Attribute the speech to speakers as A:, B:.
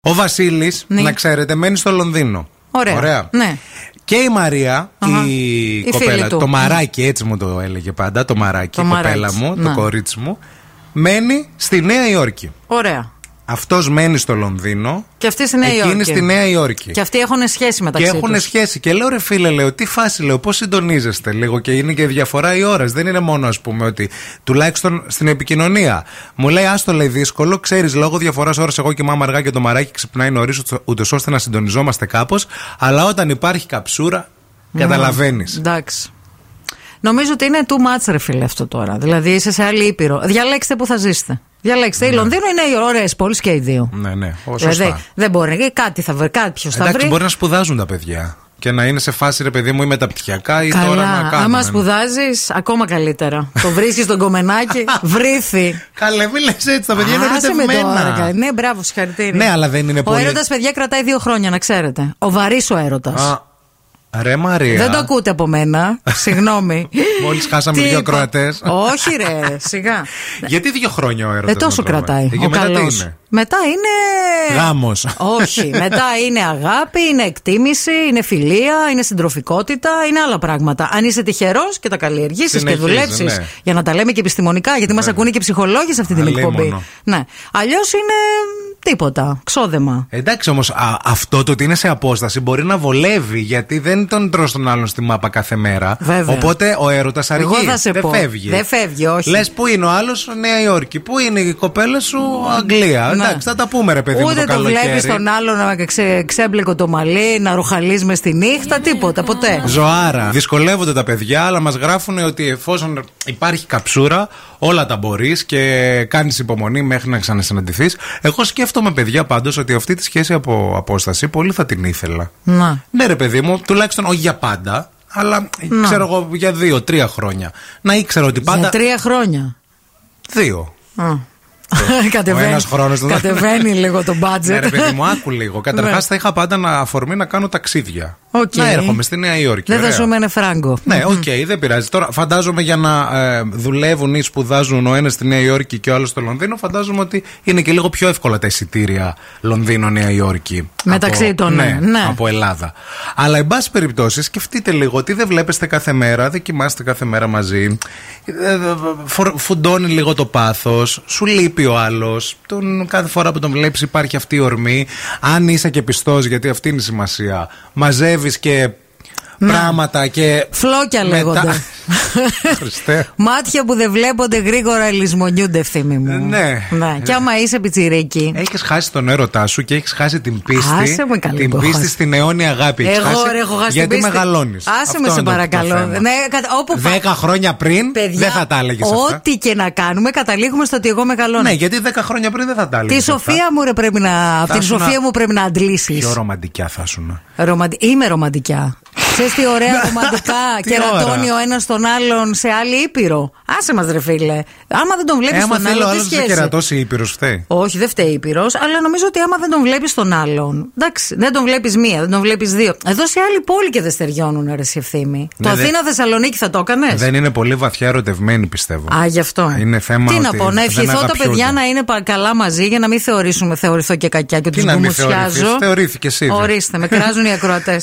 A: Ο Βασίλης,
B: Ναι.
A: να ξέρετε, μένει στο Λονδίνο.
B: Ωραία. Ναι.
A: Και η μαρια
B: Αχα.
A: η,
B: Η φίλη
A: κοπέλα,
B: του.
A: το μαράκι, έτσι μου το έλεγε πάντα, το μαράκι,
B: Το
A: η κοπέλα
B: μαράκι,
A: μου,
B: να.
A: το κορίτσι μου, μένει στη Νέα Υόρκη.
B: Ωραία.
A: Αυτός μένει στο Λονδίνο.
B: Και αυτή στη Νέα
A: εκείνη
B: Υόρκη.
A: στη Νέα Υόρκη.
B: Και αυτοί έχουν σχέση
A: Και
B: μεταξύ
A: έχουν
B: τους.
A: σχέση. Και λέω ρε φίλε, λέω, τι φάση λέω, πώς συντονίζεστε λίγο. Και είναι και διαφορά η ώρας. Δεν είναι μόνο, ας πούμε, ότι τουλάχιστον στην επικοινωνία. Μου λέει, άστο λέει δύσκολο, ξέρεις λόγω διαφοράς ώρας. Εγώ κοιμάμαι αργά και το μαράκι ξυπνάει νωρίς, ούτως ώστε να συντονιζόμαστε κάπως. Αλλά όταν υπάρχει καψούρα, καταλαβαίνεις.
B: Εντάξει. Νομίζω ότι είναι too much, ρε φίλε, αυτό τώρα. Δηλαδή είσαι σε άλλη ήπειρο. Διαλέξτε που θα ζήσετε. Διαλέξτε. Η Λονδίνο είναι οι ωραίες πόλεις και οι δύο.
A: Ναι, ναι, Ω, σωστά.
B: Δηλαδή δεν μπορεί. Κάτι θα βρει. Κάποιο θα
A: Εντάξει,
B: βρει.
A: μπορεί να σπουδάζουν τα παιδιά. Και να είναι σε φάση, ρε παιδί μου, ή μεταπτυχιακά ή τώρα να ναι.
B: Καλά.
A: κάνουν.
B: Άμα
A: ένα.
B: σπουδάζεις, ακόμα καλύτερα. το βρίσκει τον κομμενάκι, βρήθη.
A: Καλέ, μην λες έτσι, τα παιδιά είναι
B: Άσε με τώρα,
A: ερωτευμένα.
B: κα- Ναι, μπράβο, συγχαρητήρια.
A: Ναι, αλλά δεν είναι
B: Ο
A: πολύ-
B: έρωτας, παιδιά, κρατάει δύο χρόνια, να ξέρετε. Ο βαρύς ο έρωτας.
A: Α, Ρε Μαρία.
B: Δεν το ακούτε από μένα. Συγγνώμη.
A: Μόλις χάσαμε
B: Τι
A: δύο
B: είπα.
A: ακροατές.
B: Όχι, ρε, σιγά.
A: Γιατί δύο χρόνια ο έρωτας.
B: Δεν Ναι. Ε, τόσο κρατάει.
A: Και
B: Ο
A: μετά τι
B: καλός.
A: είναι.
B: Μετά είναι.
A: Γάμος.
B: Όχι. Μετά είναι αγάπη, είναι εκτίμηση, είναι φιλία, είναι συντροφικότητα, είναι άλλα πράγματα. Αν είσαι τυχερός και τα καλλιεργήσεις και
A: Συνεχίζει,
B: δουλέψεις.
A: ναι.
B: Για να τα λέμε και επιστημονικά, γιατί μας ακούνε και ψυχολόγοι σε αυτή την
A: Αλίμονο.
B: εκπομπή. Ναι. Αλλιώς είναι τίποτα. Ξόδεμα.
A: Εντάξει όμως, αυτό το ότι είναι σε απόσταση μπορεί να βολεύει γιατί δεν τον τρώ τον άλλον στη μάπα κάθε μέρα.
B: Βέβαια.
A: Οπότε ο έρωτας αργεί.
B: Εγώ θα σε
A: δεν
B: πω.
A: φεύγει.
B: Δεν φεύγει, όχι.
A: Λες που είναι ο άλλος Νέα Υόρκη, που είναι η κοπέλα σου Αγγλία.
B: Ναι.
A: Εντάξει, θα τα πούμε ρε παιδί μου.
B: Ούτε
A: το
B: το
A: καλοκαίρι.
B: βλέπεις τον άλλον να ξε, ξέμπλεκο το μαλλί, να ροχαλίζει μες στη νύχτα, τίποτα, ποτέ.
A: ναι, Ζωάρα. Δυσκολεύονται τα παιδιά, αλλά μας γράφουν ότι εφόσον υπάρχει καψούρα, όλα τα μπορείς και κάνεις υπομονή μέχρι να ξανασυναντηθείς. Εγώ σκέφτομαι, παιδιά, πάντως ότι αυτή τη σχέση από απόσταση πολύ θα την ήθελα.
B: Να.
A: Ναι, ρε παιδί μου, τουλάχιστον όχι για πάντα, αλλά ξέρω εγώ για δύο-τρία χρόνια. Να ήξερα ότι πάντα.
B: Για τρία χρόνια.
A: Δύο.
B: Α.
A: Ο
B: κατεβαίνει,
A: ένας χρόνος του-
B: κατεβαίνει λίγο το
A: Ναι, ρε
B: budget.
A: παιδί μου, άκου λίγο. Καταρχά,
B: Ναι.
A: θα είχα πάντα να αφορμή να κάνω ταξίδια.
B: Οκ.
A: Να έρχομαι στη Νέα Υόρκη.
B: Δεν θα
A: ωραία.
B: σου μένε φράγκο.
A: Ναι, οκ, δεν πειράζει. Τώρα, φαντάζομαι για να ε, δουλεύουν ή σπουδάζουν ο ένας στη Νέα Υόρκη και ο άλλος στο Λονδίνο, φαντάζομαι ότι είναι και λίγο πιο εύκολα τα εισιτήρια Λονδίνο-Νέα Υόρκη.
B: Μεταξύ
A: από-
B: των,
A: ναι,
B: ναι.
A: Από Ελλάδα. Αλλά, εν πάση περιπτώσει, σκεφτείτε λίγο ότι δεν βλέπεστε κάθε μέρα, δεν κοιμάστε κάθε μέρα μαζί. Ε, ε, φορ- Φουντώνει λίγο το πάθος, σου λείπει ο άλλος. Κάθε φορά που τον βλέπεις υπάρχει αυτή η ορμή. Αν είσαι και πιστός, γιατί αυτή είναι η σημασία, μαζεύεις και.
B: Ναι.
A: Πράγματα και
B: Φλόκια
A: μετά-
B: λέγονται.
A: Χριστέ.
B: Μάτια που δεν βλέπονται γρήγορα λησμονιούνται ευθύμη μου.
A: Ε, ναι.
B: Και άμα είσαι πιτσιρίκι.
A: Έχεις χάσει τον έρωτά σου και έχεις χάσει την πίστη.
B: Άσε με καλή
A: την
B: που έχω
A: πίστη
B: χάσει.
A: στην αιώνια αγάπη. Έχεις
B: Εγώ
A: χάσει,
B: ρε, έχω χάσει την
A: Γιατί
B: πίστη.
A: μεγαλώνεις.
B: Άσε με σε παρακαλώ. Ναι, κατα- όπου πα-
A: Δέκα χρόνια πριν
B: Παιδιά,
A: δεν θα τα έλεγες αυτά.
B: Ό,τι και να κάνουμε, καταλήγουμε στο ότι εγώ μεγαλώνω.
A: Ναι, γιατί δέκα χρόνια πριν δεν θα τα έλεγες.
B: Τη σοφία μου ρε, πρέπει να. Από την
A: ήσουν
B: σοφία μου πρέπει να αντλήσεις.
A: Πιο ρομαντικά θα ήσουν.
B: Ρομαντι... Είμαι ρομαντικά. Ξέρεις τι ωραία ρομαντικά
A: Τι
B: κερατώνει
A: ώρα.
B: ο ένας τον άλλον σε άλλη ήπειρο. Άσε μας, ρε φίλε. Άμα δεν τον βλέπεις
A: Έμα
B: τον
A: Ε, θέλω
B: άλλον, τι
A: άλλος να
B: σχέση.
A: κερατώσει ήπειρος, φταίει.
B: Όχι, δεν φταίει ήπειρος, αλλά νομίζω ότι άμα δεν τον βλέπεις τον άλλον. Εντάξει, δεν τον βλέπεις μία, δεν τον βλέπεις δύο. Εδώ σε άλλη πόλη και δεν στεριώνουν ρε ευθύμη.
A: Ναι,
B: το
A: δεν-
B: Αθήνα Θεσσαλονίκη θα το έκανες.
A: Δεν είναι πολύ βαθιά ερωτευμένοι, πιστεύω.
B: Α, γι' αυτό.
A: Είναι θέμα
B: Τι να
A: ότι
B: πω, να
A: δεν
B: ευχηθώ τα
A: αγαπιούνται.
B: παιδιά να είναι πα- καλά μαζί για να μην θεωρήσουμε θεωρηθώ και κακιά και
A: Τι
B: τους
A: να μην
B: γκουμουτσιάζω.
A: θεωρηθείς, θεωρήθηκες ήδη.
B: Ορίστε, με κράζουν οι ακροατές.